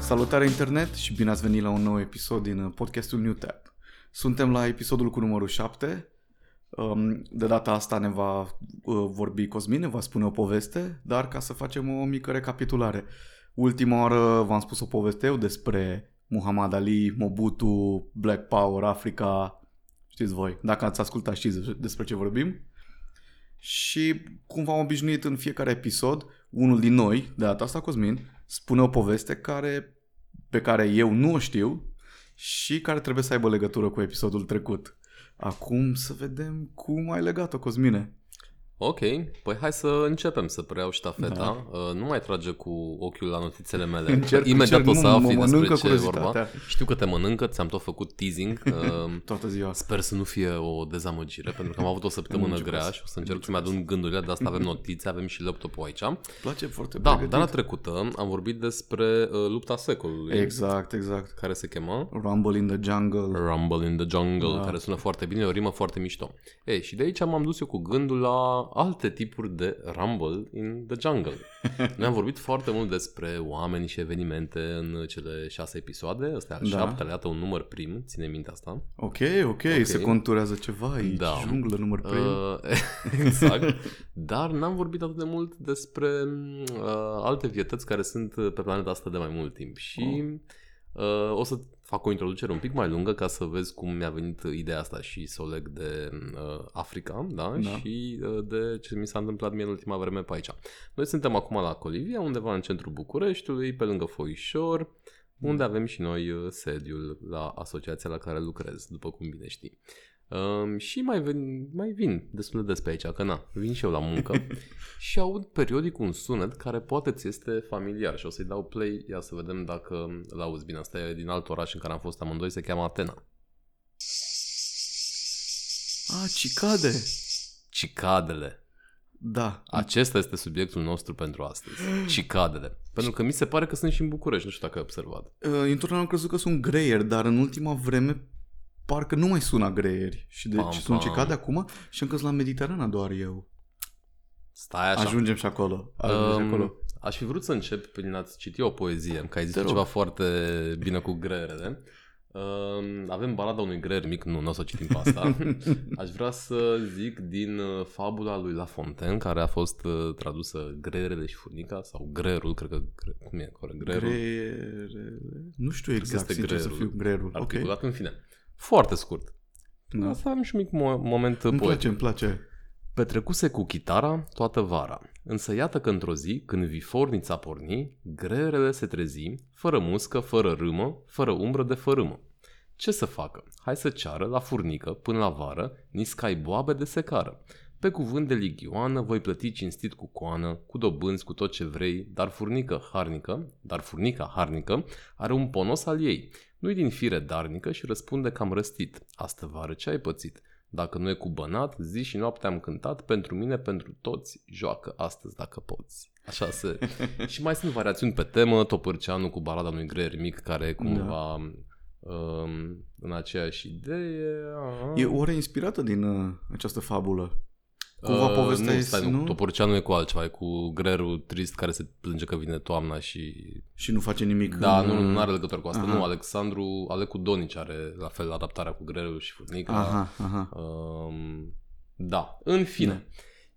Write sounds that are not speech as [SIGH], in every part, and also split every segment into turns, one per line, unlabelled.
Salutare internet și bine ați venit la un nou episod din uh, podcastul New Tap. Suntem la episodul cu numărul 7. Um, De data asta ne va uh, vorbi Cosmin, ne va spune o poveste, dar ca să facem o mică recapitulare. Ultima oară v-am spus o poveste eu despre Muhammad Ali, Mobutu, Black Power, Africa, știți voi. Dacă ați ascultat știți despre ce vorbim. Și cum v-am obișnuit în fiecare episod, unul din noi, de data asta Cosmin, spune o poveste care, pe care eu nu o știu și care trebuie să aibă legătură cu episodul trecut. Acum să vedem cum ai legat-o, Cosmine.
Ok, păi hai să începem să preiau ștafeta. Da. Nu mai trage cu ochiul la notițele mele. Imediat o să
nu,
afli
mă
despre
mănâncă
ce e vorba.
curiozitatea.
Știu că te mănâncă, ți-am tot făcut
[LAUGHS]
teasing. Uh,
Toată ziua.
Sper să nu fie o dezamăgire, pentru că am avut o săptămână
Am început
grea
să-
și o să încerc să-mi adun gândurile, de
[LAUGHS]
asta avem notițe, avem și laptopul aici.
Îmi place foarte
Da,
pregătit.
data trecută am vorbit despre uh, lupta secolului,
Exact, exact.
care se chema
Rumble in the jungle.
Rumble in the Jungle,
Da.
care sună foarte bine, e o rimă foarte mișto. Ei, și de aici m-am dus eu cu gândul la alte tipuri de Rumble in the Jungle.
[LAUGHS]
Noi am vorbit foarte mult despre oameni și evenimente în cele șase episoade, ăsta e al
Da.
șaptelea, iată un număr prim, ține minte asta.
Ok, ok, se conturează ceva aici.
Da.
Junglă număr 3. Uh,
Uh, [LAUGHS] exact. Dar n-am vorbit atât de mult despre m, uh, alte vietăți care sunt uh, pe planeta asta de mai mult timp. Și
Oh.
uh, o să fac o introducere un pic mai lungă ca să vezi cum mi-a venit ideea asta și să o leg de uh, Africa da?
Da.
și uh, de ce mi s-a întâmplat mie în ultima vreme pe aici. Noi suntem acum la Colivia, undeva în centrul Bucureștiului, pe lângă Foișor, unde avem și noi uh, sediul la asociația la care lucrez, după cum bine știi. Um, și mai vin, mai vin destul de des pe aici, că na, vin și eu la muncă și aud periodic un sunet care poate ți este familiar și o să-i dau play, ia să vedem dacă l-auzi bine. Asta e din alt oraș în care am fost amândoi, se cheamă Atena.
A, cicade.
Cicadele.
Da.
Acesta este subiectul nostru pentru
[GASPS]
astăzi. Cicadele. Pentru că mi se pare că sunt și în București, nu știu dacă ai observat.
Uh, întotdeauna am crezut că sunt greieri, dar în ultima vreme parcă nu mai sună greieri. Și deci
Pam,
sunt
pam.
cicade acum și încă sunt la Mediterana doar eu.
Stai așa.
Ajungem și acolo. Ajungem
Um,
și acolo.
Aș fi vrut să încep prin a-ți citi o poezie, că ai zis
Te rog.
ceva foarte bine cu greierele. Um, avem balada unui greier mic, nu, nu o să o citim pe
[LAUGHS]
asta. Aș vrea să zic din uh, fabula lui La Fontaine, care a fost uh, tradusă Greierele și furnica, sau Greierul, cred că, cre- cum e acolo, Greierul,
Greierele? Nu știu
că
exact,
este
sincer să
greierul.
fiu greierul. Ok.
articulat, în fine. Foarte scurt.
Da.
O să avem și un mic mo- moment
Îmi
poetic.
place, îmi place.
Petrecuse cu chitara toată vara, însă iată că într-o zi, când vifornița porni, greerele se trezi, fără muscă, fără râmă, fără umbră de fărâmă. Ce să facă? Hai să ceară la furnică, până la vară, niscai boabe de secară. Pe cuvânt de ligioană voi plăti cinstit cu coană, cu dobânzi, cu tot ce vrei, dar furnică harnică, dar furnica harnică, are un ponos al ei. Nu-i din fire darnică și răspunde cam răstit. Astă vară ce ai pățit? Dacă nu e cu bănat, zi și noapte am cântat, pentru mine, pentru toți, joacă astăzi dacă poți. Așa se... și mai sunt variațiuni pe temă, Topârceanu cu balada unui greier mic, care e cumva um, în aceeași idee.
E oare inspirată din uh, această fabulă? Cumva
Uh,
povestea
nu,
e-
stai, nu,
nu?
Topârceanu e cu altceva, e cu greierul trist care se plânge că vine toamna și
Și nu face nimic.
da,
în,
nu,
uh,
nu are legătură cu asta.
Aha.
Nu, Alexandru, Alecu Donici are la fel adaptarea cu greul și furnica.
Aha, aha.
Um, da, în fine.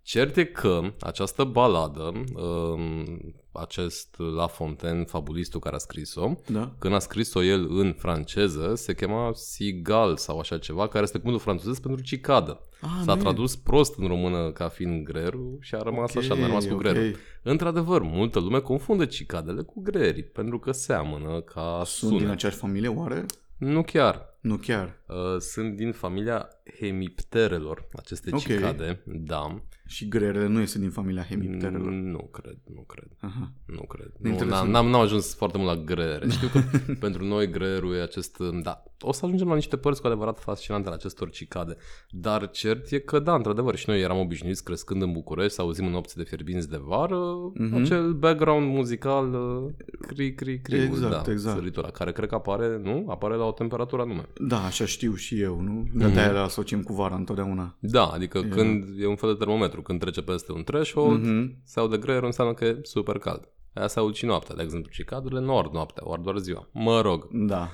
Cert e că această baladă, um, acest La Fontaine, fabulistul care a scris-o,
Da?
când a scris-o el în franceză, se chema Sigal sau așa ceva, care este cuvântul francez pentru cicadă.
Ah,
S-a
nu e.
tradus prost în română ca fiind grerul și a rămas
Ok,
așa, a rămas cu
ok.
grerul. Într-adevăr, multă lume confundă cicadele cu greierii, pentru că seamănă ca
Sunt din
sună.
aceeași familie, oare?
Nu chiar.
Nu chiar.
Uh, Sunt din familia hemipterelor, aceste
Ok.
cicade. Da.
Și greierele nu este din familia hemipterelor.
Nu cred, nu cred,
Aha.
nu cred. Nu,
Interesant.
n-am, n-am ajuns foarte mult la greiere. Știu
[LAUGHS]
că pentru noi greierul e acest... Da, o să ajungem la niște părți cu adevărat fascinante ale acestor cicade. Dar cert e că da, într-adevăr, și noi eram obișnuiți crescând în București să auzim în nopți de fierbinți de vară
Mhm.
acel background muzical uh, cri cri cri
Exact,
da,
exact.
Săritura, care cred că apare, nu? Apare la o temperatură anume.
Da, așa știu și eu, nu? De
Mhm.
aia le asociem cu vara întotdeauna.
Da, adică
E-
când e un fel de termometru, când trece peste un threshold,
Mhm.
sau de greier înseamnă că e super cald. Aia se aud și noaptea, de exemplu, cicadurile nu ard noaptea, o ard doar ziua. Mă rog.
Da.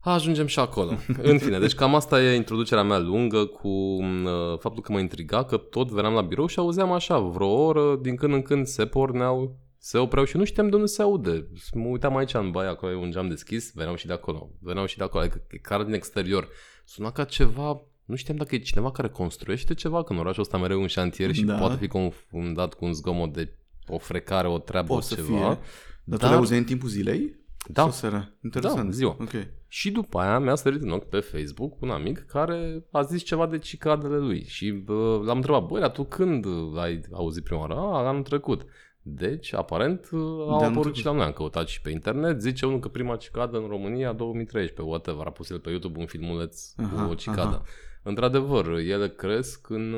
Ajungem și
[LAUGHS]
acolo. În fine, deci cam asta e introducerea mea lungă cu uh, faptul că mă intriga că tot veneam la birou și auzeam așa vreo oră, din când în când se porneau, se opreau și nu știam de unde se aude. Mă uitam aici în baia, acolo e un geam deschis, veneau și de acolo, veneau și de acolo, adică chiar din exterior. Suna ca ceva, nu știam dacă e cineva care construiește ceva, că în orașul ăsta mereu e un șantier și
Da.
poate fi confundat cu un zgomot de o frecare, o treabă,
Poate să
ceva.
fie. Dar tu le auzeai în timpul zilei?
Da.
Sau seara? Interesant.
Da, ziua.
Ok.
Și după aia mi-a sărit în ochi pe Facebook un amic care a zis ceva de cicadele lui și bă, l-am întrebat, băi, dar tu când ai auzit prima oară? A, anul trecut. Deci, aparent, au
anul
apărut
trecut.
și la noi, am căutat și pe internet, zice unul că prima cicadă în România 2013, whatever, a pus el pe YouTube un filmuleț
Aha,
cu o cicadă.
aha.
Într-adevăr, ele cresc în,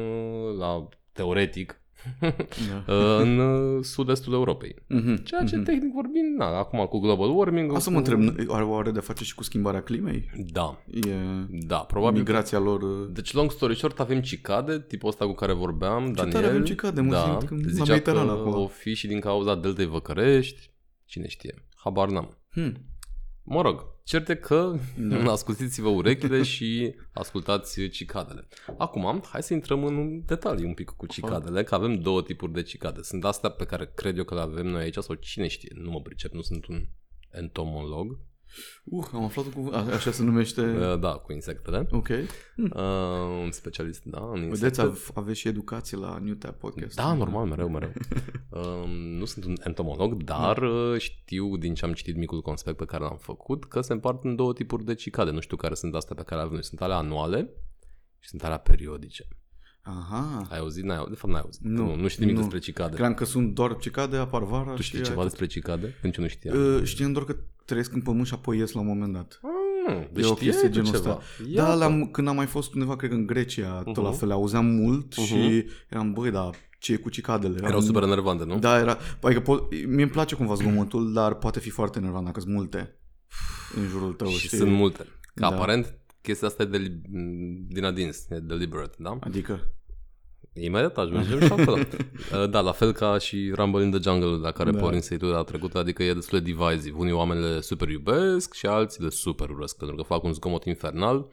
la, teoretic, uh,
Da.
în sud-estul Europei.
Mhm,
Ceea ce,
mhm.
tehnic vorbind, na, acum cu global warming...
Asta mă
cu-
întreb, are oare de face și cu schimbarea climei?
Da,
E
da, probabil că
migrația lor... uh,
Deci, long story short, avem cicade, tipul ăsta cu care vorbeam, Daniel.
tare avem cicade, mă
da,
simt că la
zicea că
Mediterană acum.
o fi și din cauza deltei Văcărești, cine știe, habar n-am.
Hmm.
Mă rog, cert e că
Da.
[LAUGHS] ascultiți-vă urechile și ascultați cicadele. Acum, hai să intrăm în detalii un pic cu cicadele, că avem două tipuri de cicade. Sunt astea pe care cred eu că le avem noi aici sau cine știe, nu mă pricep, nu sunt un entomolog,
Uh, am aflat cu... A, așa se numește...
Uh, da, cu insectele.
Ok.
Uh, un specialist, da,
Hmm.
în
Vedeți,
insecte.
ave- aveți și educație la New Tap Podcast.
Da, normal, mereu,
[LAUGHS]
mereu. um, nu sunt un entomolog, dar uh, știu din ce am citit micul conspect pe care l-am făcut că se împart în două tipuri de cicade. Nu știu care sunt astea pe care le avem noi. Sunt alea anuale și sunt alea periodice.
Aha.
Ai auzit? N-ai auzit? De fapt, n-ai auzit.
Nu,
Nu, nu știi nimic
nu.
despre cicade.
Cream că sunt doar cicade, apar vara
tu știi
și
ceva despre cicade? Nici eu nu știam.
Uh, știam doar că trăiesc în pământ și apoi ies la un moment dat.
Mm, deci
e o
știi
chestie
tu
genul
ceva.
ăsta.
Iată.
Da, l-am, când am mai fost undeva, cred că în Grecia, tot la
Mhm.
fel, auzeam mult și
Mhm.
eram, băi, dar ce e cu cicadele?
Erau
Am-
super enervante, nu?
Da, era... Adică pot... mie îmi place cumva zgomotul, dar poate fi foarte nervant dacă sunt multe în jurul tău.
și
știi?
sunt multe. Că
Da.
aparent chestia asta e de, din adins, e deliberate, da?
Adică,
Imediat ajungem și
[LAUGHS]
acolo. Uh, da, la fel ca și Rumble in the Jungle, la care
Da.
da. Porin se la trecută, adică e destul de divisiv. Unii oameni le super iubesc și alții le super urăsc, pentru că fac un zgomot infernal.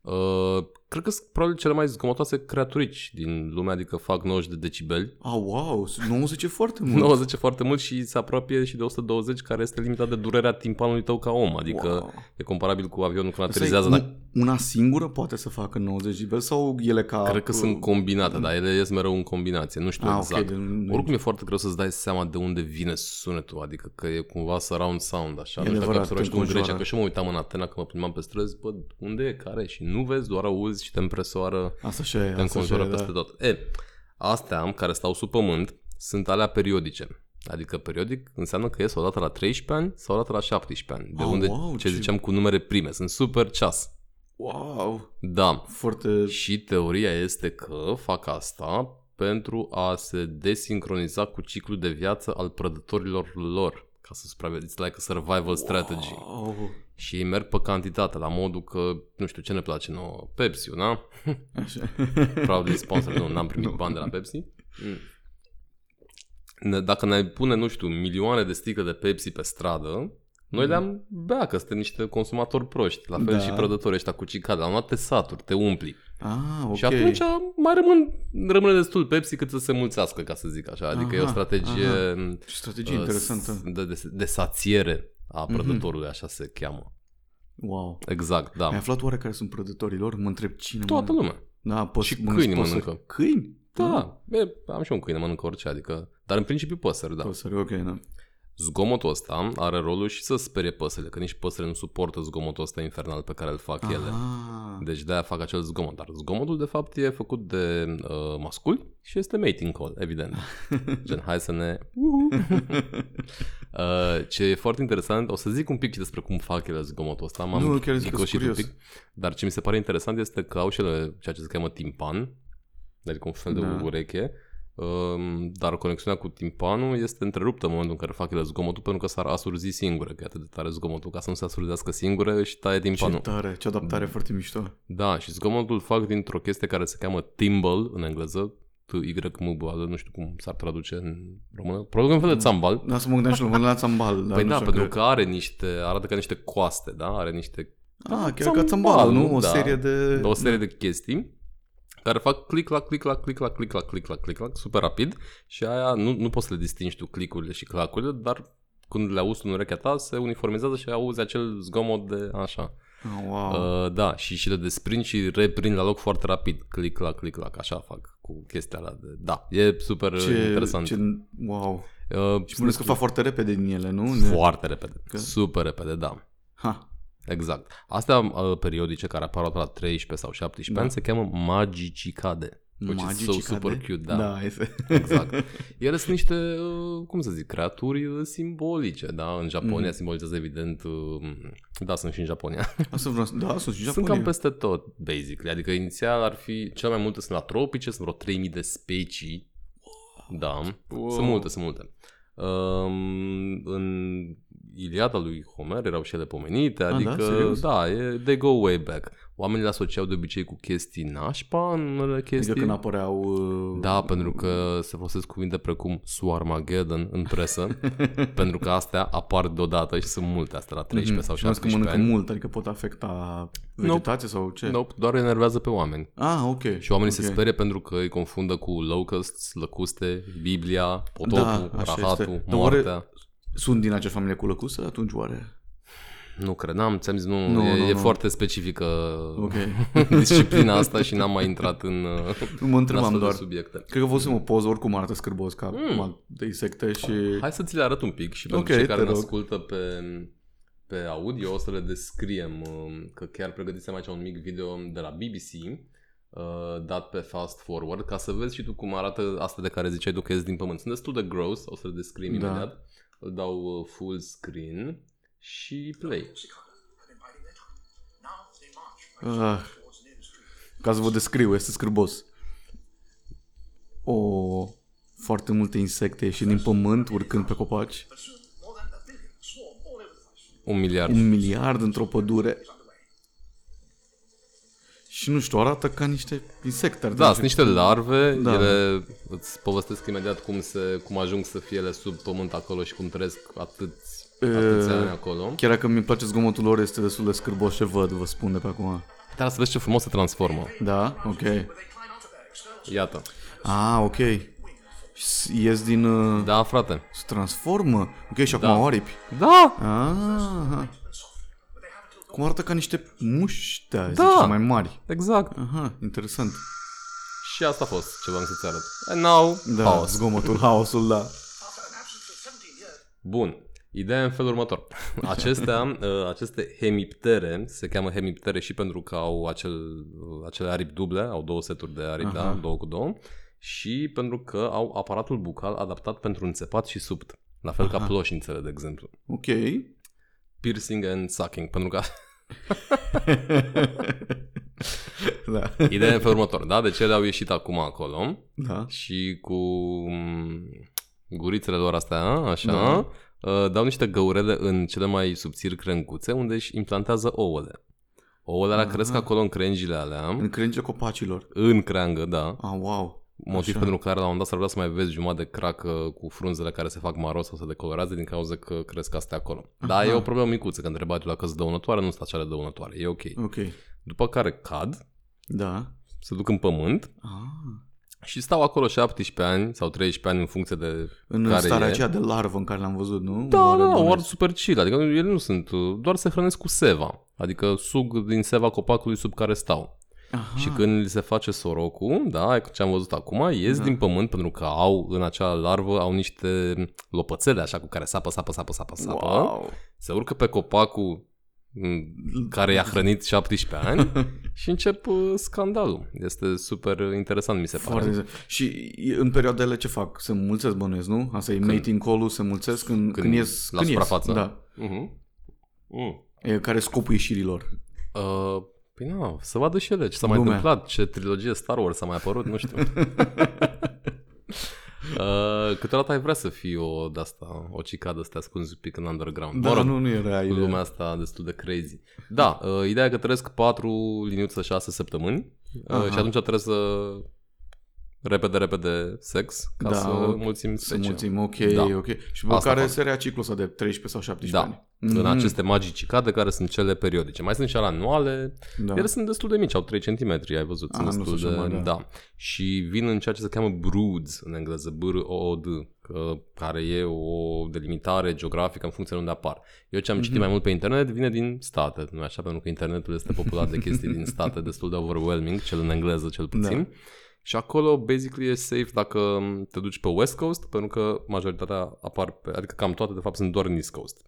Uh, cred că sunt probabil cele mai zgomotoase creaturici din lume, adică fac 90 de decibeli.
a, wow, sunt 90 e foarte mult.
90 e foarte mult și se apropie și de 120, care este limita de durerea timpanului tău ca om, adică
Wow.
wow. e comparabil cu avionul când
Asta e
aterizează, dar
un- Una singură poate să facă 90 de bel sau ele ca...
cred că sunt combinate, dar ele ies mereu în combinație, nu știu
Ah,
exact.
ok, de...
Oricum e foarte greu să-ți dai seama de unde vine sunetul, adică că e cumva surround sound, așa.
E
nu știu dacă
adevărat,
observai și
te
tu în Grecia,
înconjoară.
că și eu mă uitam în Atena când mă plimbam pe străzi, bă, unde e, care e? și nu vezi, doar auzi și te împresoară,
Asta și e,
te
asta și e,
înconjoară
da.
peste tot. E, astea care stau sub pământ sunt alea periodice. Adică periodic înseamnă că ies o dată la 13 ani sau o dată la 17 ani. De
Ah,
unde,
wow,
ce
ce-
ziceam cu numere prime, sunt super ceas.
Wow,
Da.
foarte...
Și teoria este că fac asta pentru a se desincroniza cu ciclul de viață al prădătorilor lor ca să supraviețuiți, like a survival strategy.
Wow.
Și ei merg pe cantitate, la modul că, nu știu ce ne place nouă, Pepsi, na?
Așa.
Probabil sponsor, nu, n-am
[LAUGHS]
primit
Nu.
bani de la Pepsi. Mm. Ne- Dacă ne pune, nu știu, milioane de sticle de Pepsi pe stradă, noi
Mm.
le-am bea, că suntem niște consumatori proști, la fel
Da.
și prădători ăștia cu cicade, la un moment dat te saturi, te umpli.
Ah, ok.
Și atunci mai rămân, rămâne destul Pepsi cât să se mulțească, ca să zic așa. Adică aha, e o
Aha,
strategie,
aha.
uh,
Ce strategie interesantă.
De, de, de sațiere a
Mhm.
prădătorului, așa se cheamă.
Wow.
Exact, da.
Am. Ai aflat oare care sunt prădătorii lor? Mă întreb cine
Toată
mă...
lumea.
Da, păs...
Și
mă,
câinii
păsări.
mănâncă.
Câini?
Da,
Mhm.
e, am și eu un câine, mănâncă orice, adică... Dar în principiu păsări, da.
Păsări, ok, da.
Zgomotul ăsta are rolul și să sperie păsările, că nici păsările nu suportă zgomotul ăsta infernal pe care îl fac ele.
Ah,
Deci de-aia fac acel zgomot. Dar zgomotul, de fapt, e făcut de uh, masculi și este mating call,
[LAUGHS]
evident. Gen, hai să ne... [LAUGHS] uh, ce e foarte interesant, o să zic un pic și despre cum fac ele zgomotul ăsta. M-am
Nu, chiar zic că
nicoșit
sunt
un pic. Dar ce mi se pare interesant este că au și ele ceea ce se cheamă timpan, adică un fel de
Da.
ureche, um, dar conexiunea cu timpanul este întreruptă în momentul în care fac ele zgomotul pentru că s-ar asurzi singure, că e atât de tare zgomotul, ca să nu se asurzească singure și taie
ce
timpanul.
tare, ce adaptare foarte mișto.
Da, și zgomotul îl fac dintr-o chestie care se cheamă timble în engleză, TYMBAL, nu știu cum s-ar traduce în română. Probabil un fel de țambal.
Dar să mă gândeam și la un la țambal. dar Da,
Păi
nu
da,
știu
pentru
cred.
că are niște, arată ca niște coaste, da? Are niște,
Ah, chiar
Țambal,
ca țambal, nu? O
da.
serie de...
o serie de chestii care fac click la click la click la click la click la click la super rapid și aia nu, nu poți să le distingi tu clicurile și clacurile, dar când le auzi tu în urechea ta se uniformizează și auzi acel zgomot de așa.
Ah, wow.
Uh, da, și, și le desprind și reprind la loc foarte rapid. Click la click la așa fac cu chestia alea de... Da, e super
Ce,
interesant.
Ce, wow.
Uh,
Și bănuiesc că fac foarte repede din ele, nu?
foarte repede.
Că-
Super repede, da.
Ha.
Exact. Astea uh, periodice care apar la 13 sau 17
Da.
ani se cheamă magicicade. Which is so
Magici
super
cade.
cute, da.
Da, este. [LAUGHS]
Exact. Ele sunt niște, uh, cum să zic, creaturi uh, simbolice, da? În Japonia
Mhm.
mm. simbolizează evident, uh, da, sunt și în Japonia.
Asta vreau să... Da, sunt și
Sunt
Japonia.
cam peste tot, basically. Adică inițial ar fi, cel mai multe sunt la tropice, sunt vreo 3000 de specii. Da.
Wow.
Sunt multe, sunt multe. Um, în Iliada lui Homer erau și ele pomenite,
da?
adică
Serios?
da, e, they go way back. Oamenii le asociau de obicei cu chestii nașpa în unele chestii.
Adică când apăreau... uh,
Da, pentru că se folosesc cuvinte precum Swarmageddon în
[LAUGHS]
presă, pentru că astea apar deodată și sunt multe astea la 13 sau
Mhm. Și bănuiesc Mm. că
17
mănâncă
ani.
mult, adică pot afecta vegetație sau ce?
Nope, doar enervează pe oameni.
Ah, ok.
Și oamenii okay. se
Ok.
sperie pentru că îi confundă cu locusts, lăcuste, Biblia, potopul,
Da,
da,
așa
rahatul,
este. Dar oare-
moartea.
Sunt din acea familie cu lăcuse atunci
[LAUGHS]
oare?
Nu cred, n-am, ți-am zis, nu,
Nu,
e,
nu,
e
nu.
foarte specifică
Ok.
[LAUGHS] disciplina asta și n-am mai intrat
[LAUGHS]
în, uh,
Nu mă
în astfel
întrebam
doar.
doar.
de subiecte.
Cred că văzusem o poză, oricum arată scârbos ca mm. de insecte și...
Hai să ți le arăt un pic și pentru
Ok,
cei care
te
ne
rog.
ascultă pe, pe audio o să le descriem, um, că chiar pregătisem aici un mic video de la BBC uh, dat pe fast forward ca să vezi și tu cum arată asta de care ziceai tu că ies din pământ. Sunt destul de gross, o să le descriem
Da.
imediat. Îl dau uh, full screen și play.
Ah. Ca să vă descriu, este scârbos. O... Foarte multe insecte ieșind din pământ, urcând pe copaci.
Un miliard.
Un miliard într-o pădure. Și nu știu, arată ca niște insecte. ar
Da,
trebui.
sunt niște larve, da.
Da.
ele îți povestesc imediat cum, se, cum ajung să fie ele sub pământ acolo și cum trăiesc atât, atâția ani acolo.
Chiar dacă mi place zgomotul lor, este destul de scârbos ce văd, vă spun de pe acum.
Dar să vezi ce frumos se transformă.
Da? Ok.
Iată.
Ah, ok. S- Ies din... uh,
Da, frate.
Se transformă? Ok, și acum au aripi.
Da!
Ah. Cum arată ca niște muște,
Da.
da. zice, mai mari.
Exact.
Aha, interesant.
Și asta a fost ce v-am să-ți arăt. And now,
Da,
paus.
zgomotul, haosul, da.
Bun. Ideea e în felul [LAUGHS] următor. Acestea, uh, aceste hemiptere, se cheamă hemiptere și pentru că au acel, uh, acele aripi duble, au două seturi de aripi, da, două cu două, și pentru că au aparatul bucal adaptat pentru înțepat și subt, la fel ca ploșnițele, de exemplu.
Ok.
Piercing and sucking, pentru că [LAUGHS]
Da. [LAUGHS]
ideea e în felul următor, da? Deci ele au ieșit acum acolo,
Da.
și cu mm, gurițele lor astea, așa,
Da.
uh, dau niște găurele în cele mai subțiri crencuțe unde își implantează ouăle. Ouăle alea
Aha.
cresc acolo în crengile alea,
În crengile copacilor.
în creangă, da.
Ah, wow.
Motiv
Așa.
pentru care la un moment dat s-ar vrea să mai vezi jumătate de cracă cu frunzele care se fac maro sau se decolorează din cauza că cresc astea acolo. Dar
Aha.
e o problemă micuță, că întrebai tu dacă sunt dăunătoare, nu sunt așa de dăunătoare, e ok.
Ok.
După care cad,
Da.
se duc în pământ
Ah.
și stau acolo 17 ani sau 13 ani în funcție de
În
Care
starea
e?
aceea de larvă în care l-am văzut, nu?
Da,
Oare
da, da,
bune?
ori super chill, adică ele nu sunt, doar se hrănesc cu seva, adică sug din seva copacului sub care stau.
Aha.
Și când li se face sorocul, da, ce am văzut acum, ies
Da.
din pământ pentru că au în acea larvă, au niște lopățele așa cu care sapă, sapă, sapă, sapă, sapă,
Wow.
se urcă pe copacul m, care i-a hrănit 17 ani și încep uh, scandalul. Este super interesant, mi se pare.
Foarte interesant. Și în perioadele ce fac? Se mulțesc bănuiesc, nu? Asta e
Când-
mating call-ul, se mulțesc când,
când
când, ies.
la
când
suprafață.
Ies, da.
Uh-huh. Mm.
E, care e scopul ieșirilor.
Uh, păi na, să vadă și ele ce s-a mai
Lumea.
întâmplat, ce trilogie Star Wars a mai apărut,
[LAUGHS]
nu știu. Uh, câteodată ai vrea să fii o de asta, o cicadă să te ascunzi un pic în underground.
Da,
mă rog,
nu, nu era
cu
ideea.
lumea asta destul de crazy. Da, uh, ideea e că trăiesc 4 liniuță 6 săptămâni uh,
Aha.
și atunci trebuie să repede, repede sex ca
Da,
să
o-
mulțim
Să
special.
mulțim, ok,
Da.
ok. Și după
Asta
care
fac.
se rea ciclul ăsta de 13 sau 17
Da.
ani.
În
Mhm.
aceste magii cicade care sunt cele periodice. Mai sunt și ale anuale,
Da.
Ele sunt destul de mici, au 3 cm, ai văzut. Sunt
Ah, nu
destul
sunt așa
de,
mari, da.
da. Și vin în ceea ce se cheamă broods în engleză, b r o d care e o delimitare geografică în funcție de unde apar. Eu ce am citit
Mhm.
mai mult pe internet vine din state, nu așa, pentru că internetul este populat de chestii din state destul de overwhelming, cel în engleză cel puțin.
Da.
Și acolo, basically, e safe dacă te duci pe West Coast, pentru că majoritatea apar, pe, adică cam toate, de fapt, sunt doar în East Coast.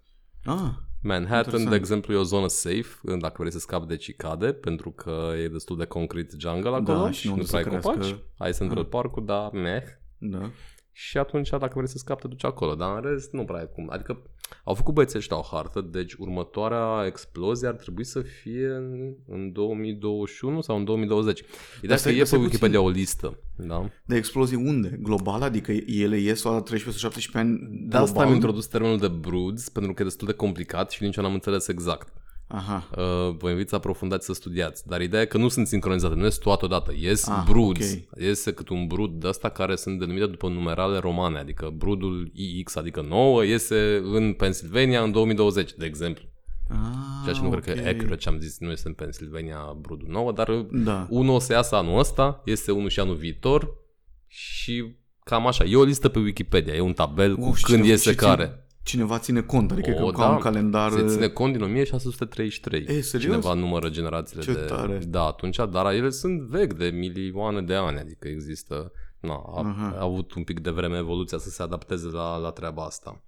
Ah,
Manhattan, de
Interesant.
exemplu, e o zonă safe dacă vrei să scapi de cicade, pentru că e destul de concret jungle acolo
Da,
și
și
nu
unde
prea ai
să
copaci.
crească.
Ai Central
Ah.
Park-ul, da, meh.
da.
Și atunci, dacă vrei să scapi, te duci acolo, dar în rest nu prea ai cum. Adică au făcut băieții ăștia o hartă, deci următoarea explozie ar trebui să fie în, în 2021 sau în 2020. Ideea e că
stai-
e pe
stai puțin.
Wikipedia o listă, da?
De explozii unde? Global? Adică ele ies la 13-17 ani
De Da, asta am
global?
introdus termenul de broods, pentru că e destul de complicat și nici eu n-am înțeles exact.
Aha.
Uh, vă invit să aprofundați, să studiați. Dar ideea e că nu sunt sincronizate, nu este toată odată. Ies ah,
Ah,
broods,
ok.
okay. iese cât un brood de asta care sunt denumite după numerale romane, adică broodul IX, adică 9, iese în Pennsylvania în 2020, de exemplu.
Ah,
Ceea ce nu
ok.
cred că e accurate ce am zis, nu este în Pennsylvania broodul 9, dar
Da.
unul o să iasă anul ăsta, iese unul și anul viitor și cam așa. E o listă pe Wikipedia, e un tabel cu
Uf, și
când
cine-
iese
și
care.
Ține, cineva ține cont, adică
O,
o, ca
da.
un calendar...
Se ține cont din 1633.
uh, E, serios?
Cineva numără generațiile
Ce
de...
tare.
Da, atunci, dar ele sunt vechi de milioane de ani, adică există... Na, a,
Aha.
a avut un pic de vreme evoluția să se adapteze la, la treaba asta.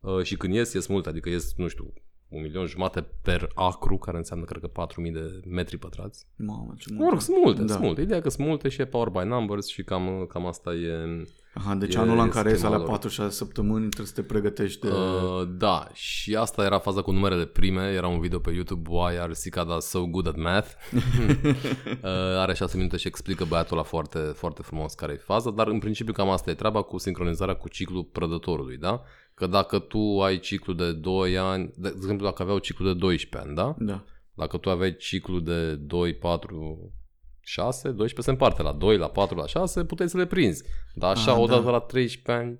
Uh, și când ies, ies mult, adică ies, nu știu, un milion jumate per acru, care înseamnă, cred că, 4.000 de metri pătrați.
Mamă, ce
Mă rog,
mult.
sunt multe,
Da.
sunt multe. Ideea e că sunt multe și e power by numbers și cam, cam asta e...
Aha, deci
E-
anul ăla în
e
care ies
schema
la
lor.
4-6 săptămâni trebuie să te pregătești de...
Uh, da, și asta era faza cu numerele prime, era un video pe YouTube, Why are cicada so good at math? uh, are 6 minute și explică băiatul ăla foarte, foarte frumos care e faza, dar în principiu cam asta e treaba cu sincronizarea cu ciclul prădătorului, da? Că dacă tu ai ciclu de 2 ani, de exemplu dacă aveau ciclu de 12 ani, da?
Da.
Dacă tu aveai ciclu de 2, 4, 6, 12 se împarte la 2, la 4, la 6, puteai să le prinzi. Dar așa,
Ah,
odată
da.
la 13 ani,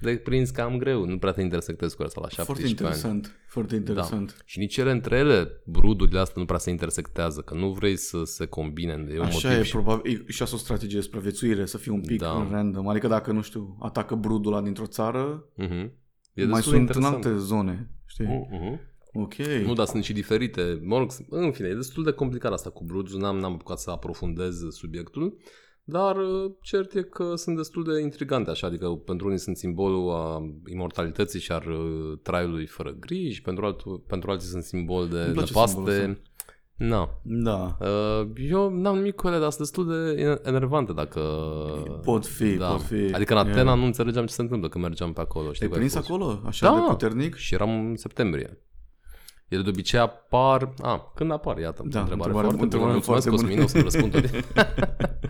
le prinzi cam greu. Nu prea te intersectezi cu asta la
Foarte
17 ani. Da.
interesant. Foarte interesant.
Și nici ele între ele, brudurile astea nu prea se intersectează, că nu vrei să se combine. E un
Așa
motiv
e,
și-
probabil, e- și asta o strategie de supraviețuire, să fii un pic
Da.
da. random. Adică dacă, nu știu, atacă brudul ăla dintr-o țară,
Mhm. E
e mai
destul de
sunt în
interesant.
alte zone, știi? Mm.
Mhm.
Ok.
Nu, dar sunt și diferite. Mă rog, în fine, e destul de complicat asta cu Brugiu, n-am, n-am apucat să aprofundez subiectul, dar uh, cert e că sunt destul de intrigante așa, adică pentru unii sunt simbolul a imortalității și al uh, traiului fără griji, pentru, altul, pentru alții sunt simbol de
Îmi place simbolul
năpaste.
ăsta.
Na.
Da.
Uh, Eu n-am nimic cu ele, dar sunt destul de enervante dacă...
Pot fi, pot fi.
Uh, Adică în Atena
E-
nu înțelegeam ce se întâmplă când mergeam pe acolo. Știi
Te-ai
că ai
prins
fost.
acolo? Așa
Da.
de puternic?
Și eram în septembrie. Ele de obicei apar... A, când apar, iată, da,
Da,
întrebare,
întrebare
foarte
bună, întrebare
bună. Mulțumesc,
foarte
Cosmin,
bună.
o să răspund [LAUGHS]
[LAUGHS]
tot.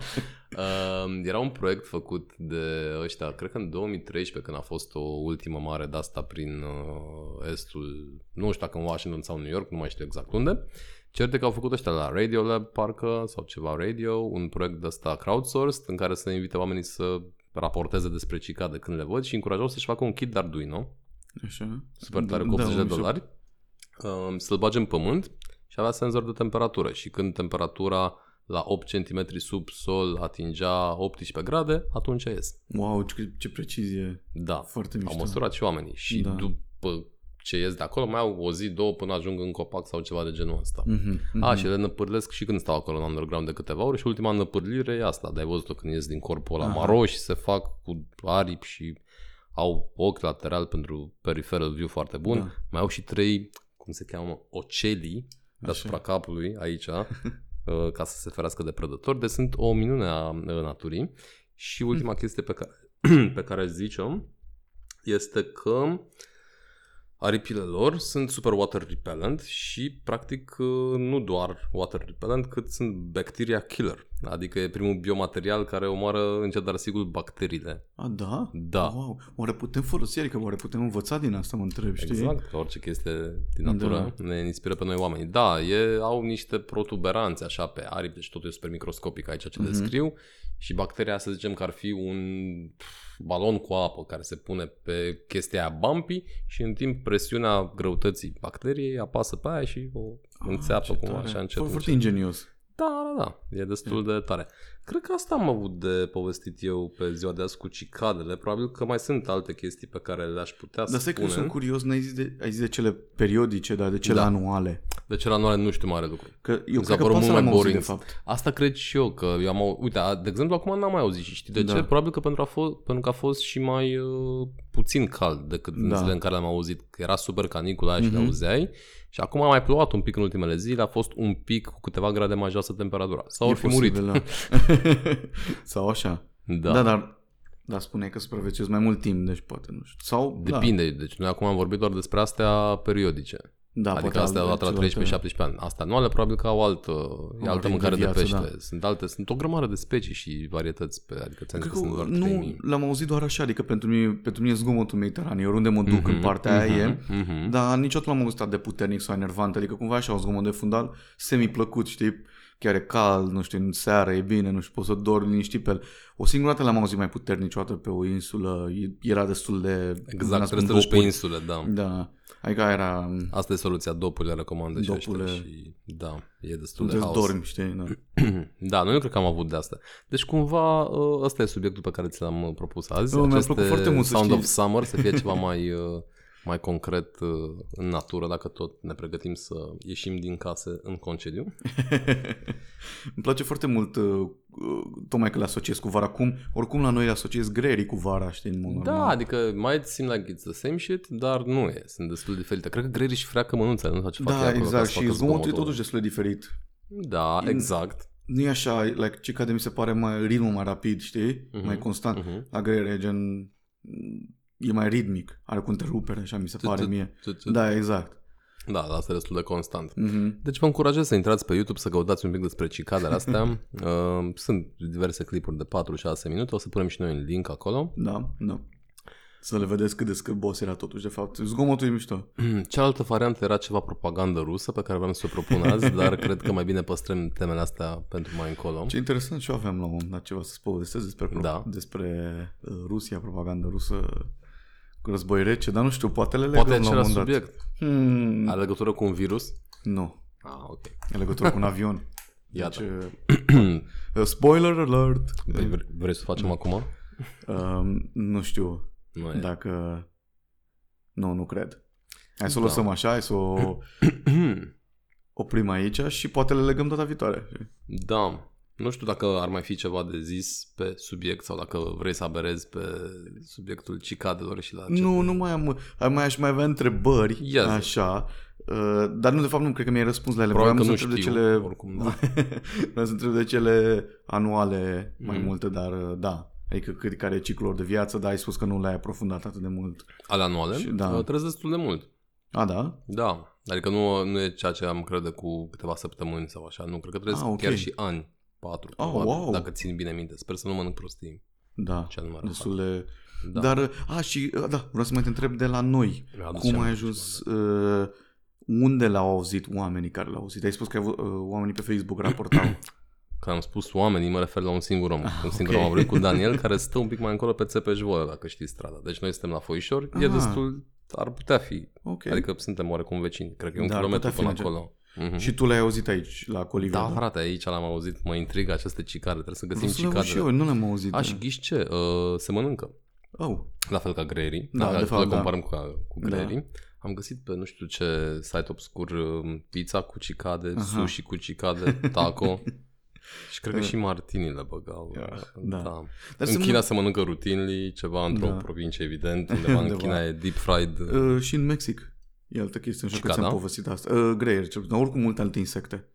uh, era un proiect făcut de ăștia, cred că în 2013, când a fost o ultimă mare de asta prin uh, estul, nu știu dacă în Washington sau în New York, nu mai știu exact unde. Cert e că au făcut ăștia la Radio Lab, parcă, sau ceva radio, un proiect de ăsta crowdsourced în care să invite oamenii să raporteze despre cicade când le văd și încurajau să-și facă un kit de Arduino
Așa. Da,
super tare, cu 80 de dolari, um, să-l bagi în pământ și avea senzor de temperatură și când temperatura la 8 cm sub sol atingea 18 grade, atunci ies.
Wow, ce, ce precizie.
Da,
Foarte mișto.
au măsurat și oamenii și da.
Da.
după ce ies de acolo mai au o zi, două până ajung în copac sau ceva de genul ăsta.
Mhm, mhm.
A, și le năpârlesc și când stau acolo în underground de câteva ore și ultima năpârlire e asta. Dar ai văzut când ies din corpul ăla
Aha.
maro și se fac cu aripi și au ochi lateral pentru peripheral view foarte bun.
Da.
Mai au și trei, cum se cheamă, ocelii deasupra
Așa.
capului aici [LAUGHS] uh, ca să se ferească de prădători. Deci sunt o minune a uh, naturii.
Hmm.
Și [CLEARS THROAT] ultima chestie pe care, pe care zice-o este că Aripile lor sunt super water repellent și practic uh, nu doar water repellent, cât sunt bacteria killer. Adică e primul biomaterial care omoară încet dar sigur bacteriile.
A, da?
Da.
Wow. Oare putem folosi, adică oare putem învăța din asta, mă întreb, știi? Da.
Exact, ca orice chestie din natură ne inspiră pe noi oamenii. Da, e, au niște protuberanțe așa pe aripi, deci totul e super microscopic aici ce
Mhm.
descriu și bacteria, să zicem că ar fi un pf, balon cu apă care se pune pe chestia aia bumpy și în timp presiunea grăutății bacteriei apasă pe aia și o înțeapă
Ah, ce
cum
tare.
așa încet,
Foarte
încet.
ingenios.
Da, da, da, e destul de tare. Cred că asta am avut de povestit eu pe ziua de azi cu cicadele. Probabil că mai sunt alte chestii pe care le-aș putea
Dar stai
spune.
că eu sunt curios, n-ai zis de, ai zis de cele periodice, dar de cele
Da.
anuale.
Deci la anuale nu știu mare lucru.
Că eu
Mi s-a
cred că
părut
pe asta
mult
l-am
mai
auzit, de
boring.
fapt.
Asta cred și eu că eu am au- Uite, a- de exemplu, acum n-am mai auzit și știi de
Da.
ce? Probabil că pentru, a fost, pentru că a fost și mai uh, puțin cald decât în
Da.
zilele în care l-am auzit. Că era super canicula aia și le
Mhm.
auzeai. Și acum a mai plouat un pic în ultimele zile. A fost un pic cu câteva grade mai joasă temperatura. Sau
E
ar fi murit.
posibil, da.
[LAUGHS]
Sau așa.
Da.
Da, da dar dar spune că supraviețuiesc mai mult timp, deci poate nu știu. Sau,
Depinde, deci noi acum am vorbit doar despre astea periodice.
da, da,
adică
poate
astea
alte-
dată la
celelalte-
13-17 ani. Astea anuale probabil că au altă, e altă
ritm de
mâncare de,
viață,
pește.
da.
Sunt alte, sunt o grămadă de specii și varietăți. Pe, adică ți-am
Cred
zis că sunt
că
doar
nu
3000.
l-am auzit doar așa, adică pentru mine, pentru mine e zgomotul mediteranean, oriunde mă
Mhm,
duc în partea aia e,
Mm-hmm.
dar niciodată l-am auzit atât de puternic sau enervant, adică cumva așa un zgomot de fundal semi-plăcut, știi, chiar e cald, nu știu, în seară e bine, nu știu, poți să dormi liniștit pe el. O singură dată l-am auzit mai puternic, niciodată pe o insulă, e- era destul de... spun
Exact, trebuie să te duci pe
dopuri.
insule, da.
Da, adică aia era...
Asta e soluția, dopurile recomandă și ăștia
Dopule.
și da, e destul de
Trebuie să
haos.
dormi, știi,
[LAUGHS]
da.
da, noi nu cred că am avut de asta. Deci cumva ă, ăsta e subiectul pe care ți l-am ă, propus azi.
Nu, mi-a
Aceste
plăcut foarte mult să
Sound
știi.
of Summer să
[LAUGHS]
fie ceva mai, ă, mai concret ă, în natură dacă tot ne pregătim să ieșim din casă în concediu.
Îmi place foarte mult, uh, uh, tocmai că le asociez cu vara acum, oricum la noi le asociez greierii cu vara, știi, în mod
Da,
normal.
adică might seem like it's the same shit, dar nu e. Sunt destul de diferite. Cred că greierii și freacă mănunțele, nu știu ce fac ei
da,
acolo ca
exact,
să facă
și zgomotul e
zgomotul.
totuși destul de diferit.
Da, exact.
Nu e așa, like, ce cade mi se pare mai ritmul mai rapid, știi,
Mhm,
mai constant.
Mhm.
La greiere, gen, e mai ritmic, are cu întrerupere, așa mi se
Tu-
pare
tu-
mie.
Tu- tu-
Da, exact.
Da, dar asta e destul de constant.
Mhm.
Deci vă încurajez să intrați pe YouTube să căutați un pic despre cicadele
[LAUGHS]
astea. Uh, Sunt diverse clipuri de 4-6 minute, o să punem și noi un link acolo. [CLEARS THROAT]
Da, da. Să le vedeți cât de scârbos era totuși, de fapt. Zgomotul e mișto.
Mhm. Cealaltă variantă era ceva propagandă rusă pe care vreau să o
[LAUGHS]
propun azi, dar cred că mai bine păstrăm temele astea pentru mai încolo.
Ce interesant, și eu aveam la un moment dat ceva să povestesc despre, pro-
Da.
despre uh, Rusia, propaganda rusă, război rece, dar nu știu, poate le legăm
Poate
la un
același
moment dat.
subiect
Hmm,
are legătură cu un virus?
nu,
Ah, ok.
e legătură
[LAUGHS]
cu un avion.
Iată.
Deci,
[CLEARS THROAT]
uh, spoiler alert!
Păi
Mm.
vre- vrei să o facem acum?
Um, nu știu
Nu e.
dacă... Nu, nu cred. Hai să o
Da.
lăsăm așa, hai să
[CLEARS THROAT]
o oprim aici și poate le legăm data viitoare.
Da. Nu știu dacă ar mai fi ceva de zis pe subiect sau dacă vrei să aberezi pe subiectul cicadelor și la ce
Nu, nu mai am, am mai aș mai avea întrebări,
Ia zi.
așa, uh, dar nu, de fapt, nu, cred că mi-ai răspuns la ele.
Probabil că
Vreau
nu
să
știu,
întreb de cele, [LAUGHS]
oricum, da.
Vreau să întreb de cele anuale mai
Mm.
multe, dar uh, da, adică cât, care e ciclul lor de viață, dar ai spus că nu le-ai aprofundat atât de mult.
Ale anuale?
Și-
Da.
da.
Trăiesc destul de mult.
A, da?
Da. Adică nu, nu e ceea ce am crede cu câteva săptămâni sau așa. Nu, cred că trăiesc
Ah, ok.
chiar și ani. Patru,
Ah,
probabil,
wow.
dacă țin bine minte. Sper să nu mănânc prostii.
Da,
Ce nu
destul de... Da.
Da.
Dar, uh, a, și, uh, da, vreau să mai te întreb de la noi.
Mi-aduce
Cum ai
aminte da.
ajuns,
ceva,
uh, unde l-au auzit oamenii care l-au auzit? Ai spus că ai avut, uh, oamenii pe Facebook
[CLEARS THROAT]
raportau.
da. Că am spus oamenii, mă refer la un singur om. Ah, un singur
ok.
om am vorbit cu Daniel, care stă un pic mai încolo pe Țepeșvoie, dacă știi strada. Deci noi suntem la Foișor. E
Ah.
destul... Ar putea fi.
Ok.
Adică suntem oarecum vecini. Cred că e un
Da, ar
kilometru
putea
până
fi
acolo. Mhm.
Și tu l-ai auzit aici, la Colivia.
Da, frate, aici l-am auzit, mă intrigă aceste cicare, trebuie să găsim
Vreau să le aud
cicadele.
și eu, nu l-am auzit.
A, și ghiși ce? Uh, se mănâncă.
Oh,
La fel ca greierii.
Da,
Dacă
de fapt,
le
da.
comparăm cu, cu greierii. Am găsit pe nu știu ce site obscur um, pizza cu cicade,
Aha.
sushi cu cicade,
[LAUGHS]
taco. și cred că și martinii le băgau.
Ah, da.
În
dar se
China se mănâncă rutinli, ceva într-o
Da.
provincie, evident. Undeva în
Undeva.
China e deep fried.
mănâncă, uh, și în Mexic. E altă chestie, nu știu că
Cicada?
ți-am povestit asta. Uh, greier, cel puțin, dar oricum multe alte insecte.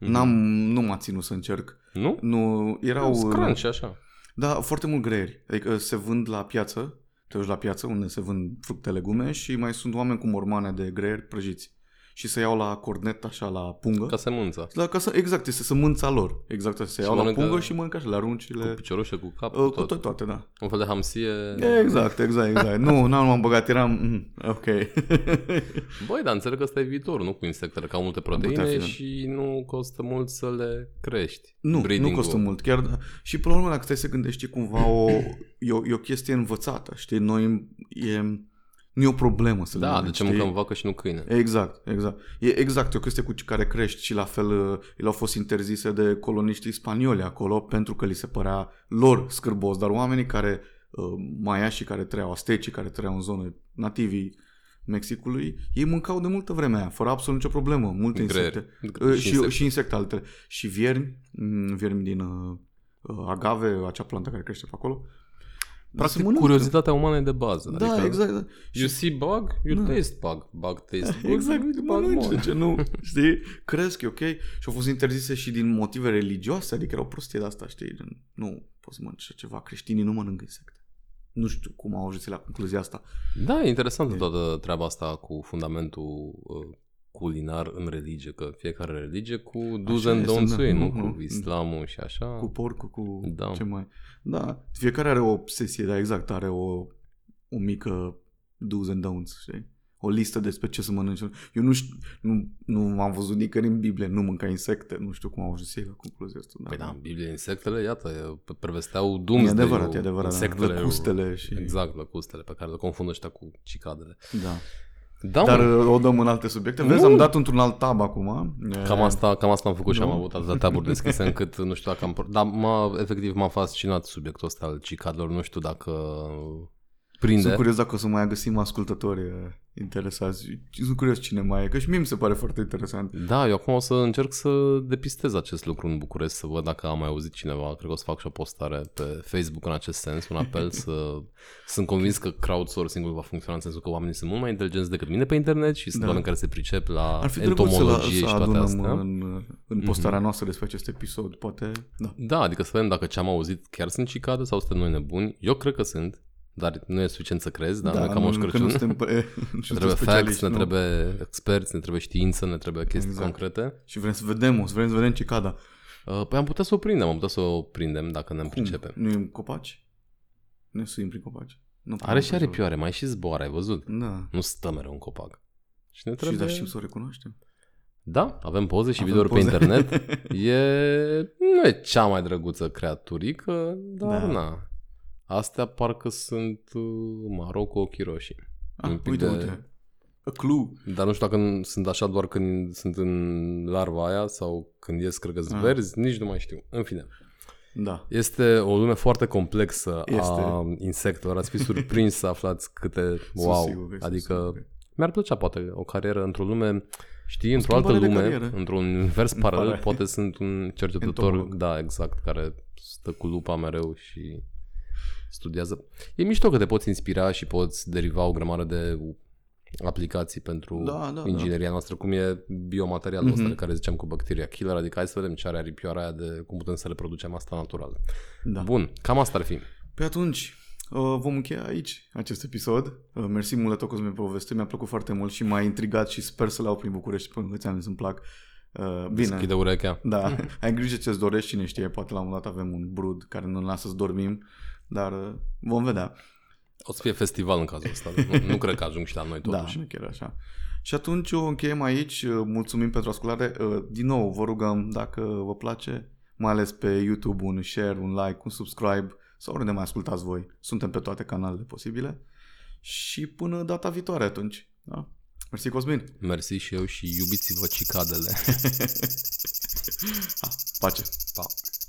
Mhm.
N-am, nu m-a ținut să încerc.
Nu?
Nu, erau...
Scrunch, așa.
Da, foarte mult greieri. Adică se vând uh, la piață, Te duci la piață unde se vând fructe, legume și mai sunt oameni cu mormane de greieri prăjiți. Și se iau la cornet, așa, la pungă.
Ca sămânța.
La, ca să, exact, este sămânța lor. Exact, se
Și
iau la
mănâncă-
pungă și mănâncă așa, le arunci și
Cu
le...
piciorușe, cu cap,
Uh, Cu,
cu
cu
tot. Da.
tot, toate, da.
Un fel de hamsie.
Exact, exact, exact. nu, n-am m-am băgat, eram... mm, Ok. [LAUGHS]
Băi, dar înțeleg că ăsta e viitorul, nu cu insectele, că au multe
putea fi,
proteine
da.
și nu costă mult să le crești.
nu, nu
Breeding-ul.
costă mult. Chiar, da. și până la urmă, dacă stai să gândești, e cumva o, e, o, e o chestie învățată, știi? Noi e, nu e o problemă să le
Da, de
mănânci,
ce
știi?
mâncăm vacă și nu câine?
Exact, exact. E exact e o chestie cu care crești și la fel uh, ele au fost interzise de coloniștii spanioli acolo pentru că li se părea lor scârbos, dar oamenii care uh, maiașii care trăiau, astecii care trăiau în zone nativii Mexicului, ei mâncau de multă vreme aia, fără absolut nicio problemă, multe
Greier.
insecte.
Gre-
Uh, și,
Adică insecte.
și insecte altele. Și viermi, mm, viermi din uh, uh, agave, acea plantă care crește pe acolo. Dar se
Practic,
mănâncă.
curiozitatea umană e de bază.
Da,
adică
exact. da.
You see bug, you
Da.
taste bug. Bug taste bug.
Exact,
bug
mănânci, de
moare.
ce nu? Știi? Crezi că e ok? Și au fost interzise și din motive religioase, adică erau prostie de asta, știi? Gen, nu poți să mănânci așa ceva, creștinii nu mănâncă insecte. Nu știu cum au ajuns ei la concluzia asta.
Da, e interesantă
E.
toată treaba asta cu fundamentul uh, culinar în religie, că fiecare religie cu do's
Așa
and
este,
don'ts
da.
ei, nu?
Mhm,
Cu
mhm.
islamul și așa.
Cu porcul, cu
Ah. Da.
ce mai... Da, fiecare are o obsesie, da, exact, are o, o mică do's and don'ts, știi? O listă despre ce să mănânci. Eu nu știu, nu, nu am văzut nicăieri în Biblie, nu mânca insecte, nu știu cum au ajuns ei la concluzia asta.
Păi da,
da.
în Biblie insectele, iată, e- prevesteau
E
Doomsday.
adevărat, e adevărat.
Insectele,
Insectele, da. Lăcustele și...
Exact, lăcustele pe care le confundă ăștia cu cicadele.
Da.
Da,
Dar
Dar,
uh, o dăm în alte subiecte. Vezi,
Nu.
am dat într-un alt tab acum. E,
Cam asta, cam asta am făcut și
Nu?
am avut atâtea taburi
[LAUGHS]
deschise încât nu știu dacă am... por- Dar m-a, efectiv m-a fascinat subiectul ăsta al cicadelor, nu știu dacă prinde.
Sunt curios dacă o să mai găsim ascultători uh, interesați. Sunt curios cine mai e, că și mie mi se pare foarte interesant.
Da, eu acum o să încerc să depistez acest lucru în București, să văd dacă am mai auzit cineva. Cred că o să fac și o postare pe Facebook în acest sens, un apel
[LAUGHS]
să... Sunt convins că crowdsourcing-ul va funcționa în sensul că oamenii sunt mult mai inteligenți decât mine pe internet și sunt
Da.
oameni care se pricep la
Ar fi drăguț să, la,
entomologie
să
și toate
adunăm uh,
astea. Mhm.
în, în postarea noastră despre acest episod, poate. Da.
Da, adică să vedem dacă ce am auzit chiar sunt cicade sau suntem noi nebuni. Eu cred că sunt, dar nu e suficient să crezi, dar da, noi ca Moș
nu- că
Crăciun.
nu suntem,
[LAUGHS]
pre- nu
Ne
suntem
trebuie facts,
specialiști,
ne
nu.
trebuie experți, ne trebuie știință, ne trebuie chestii
Exact.
concrete.
Și vrem să vedem, o să vrem să vedem ce cada.
Uh, Păi am putea să o prindem, am putea să o prindem dacă ne-am pricepem.
Nu e copaci? Ne suim prin copaci. Nu,
Are și
nu-
aripioare, mai și zboară, ai văzut?
Da.
Nu stă mereu în copac. Și ne
Și
trebuie...
da, știm să o recunoaștem.
da, avem poze și
Avem
videouri
poze. [LAUGHS]
pe internet. E... Nu e cea mai drăguță creaturică, dar
Da.
da. na. Astea parcă sunt uh, maro cu ochii roșii.
Ah,
Un pic
uite,
de-
uite. A clue.
Dar nu știu dacă n- sunt așa doar când sunt în larva aia sau când ies, cred că
Ah.
sunt verzi, nici nu mai știu. În fine.
Da.
Este o lume foarte complexă este. a
Este.
insectelor.
[LAUGHS]
Ați fi surprins să aflați câte wow.
Sunt sigur că sunt
adică
sigur că-
mi-ar plăcea poate o carieră într-o lume, știi, într-o altă
schimbare de
lume,
carieră.
într-un univers
Îmi
paralel,
pare.
poate sunt un cercetător,
Entomolog.
da, exact, care stă cu lupa mereu și studiază. E mișto că te poți inspira și poți deriva o grămadă de aplicații pentru
Da, da,
ingineria noastră, cum e biomaterialul ăsta
Mhm.
de care ziceam cu bacteria killer, adică hai să vedem ce are aripioara aia de cum putem să reproducem asta natural.
Da.
Bun, cam asta ar fi.
Pe atunci, uh, vom încheia aici acest episod. Uh, Mersi mult la tot că mi-ai povestit, mi-a plăcut foarte mult și m-a intrigat și sper să le au prin București până ți-am zis îmi plac. Uh, Bine,
Deschide urechea. [LAUGHS]
da, ai grijă ce-ți dorești, cine știe, poate la un moment dat avem un brud care nu ne lasă să dormim, dar uh, vom vedea.
O să fie festival în cazul ăsta. Nu, nu cred că ajung și la noi
Da,
totuși.
chiar așa. Și atunci o încheiem aici, uh, mulțumim pentru ascultare. Uh, Din nou, vă rugăm dacă vă place, mai ales pe YouTube, un share, un like, un subscribe sau oriunde mai ascultați voi. Suntem pe toate canalele posibile. Și până data viitoare atunci. Da? Mersi, Cosmin.
Mersi și eu și iubiți-vă cicadele.
Ha, pace.
Pa!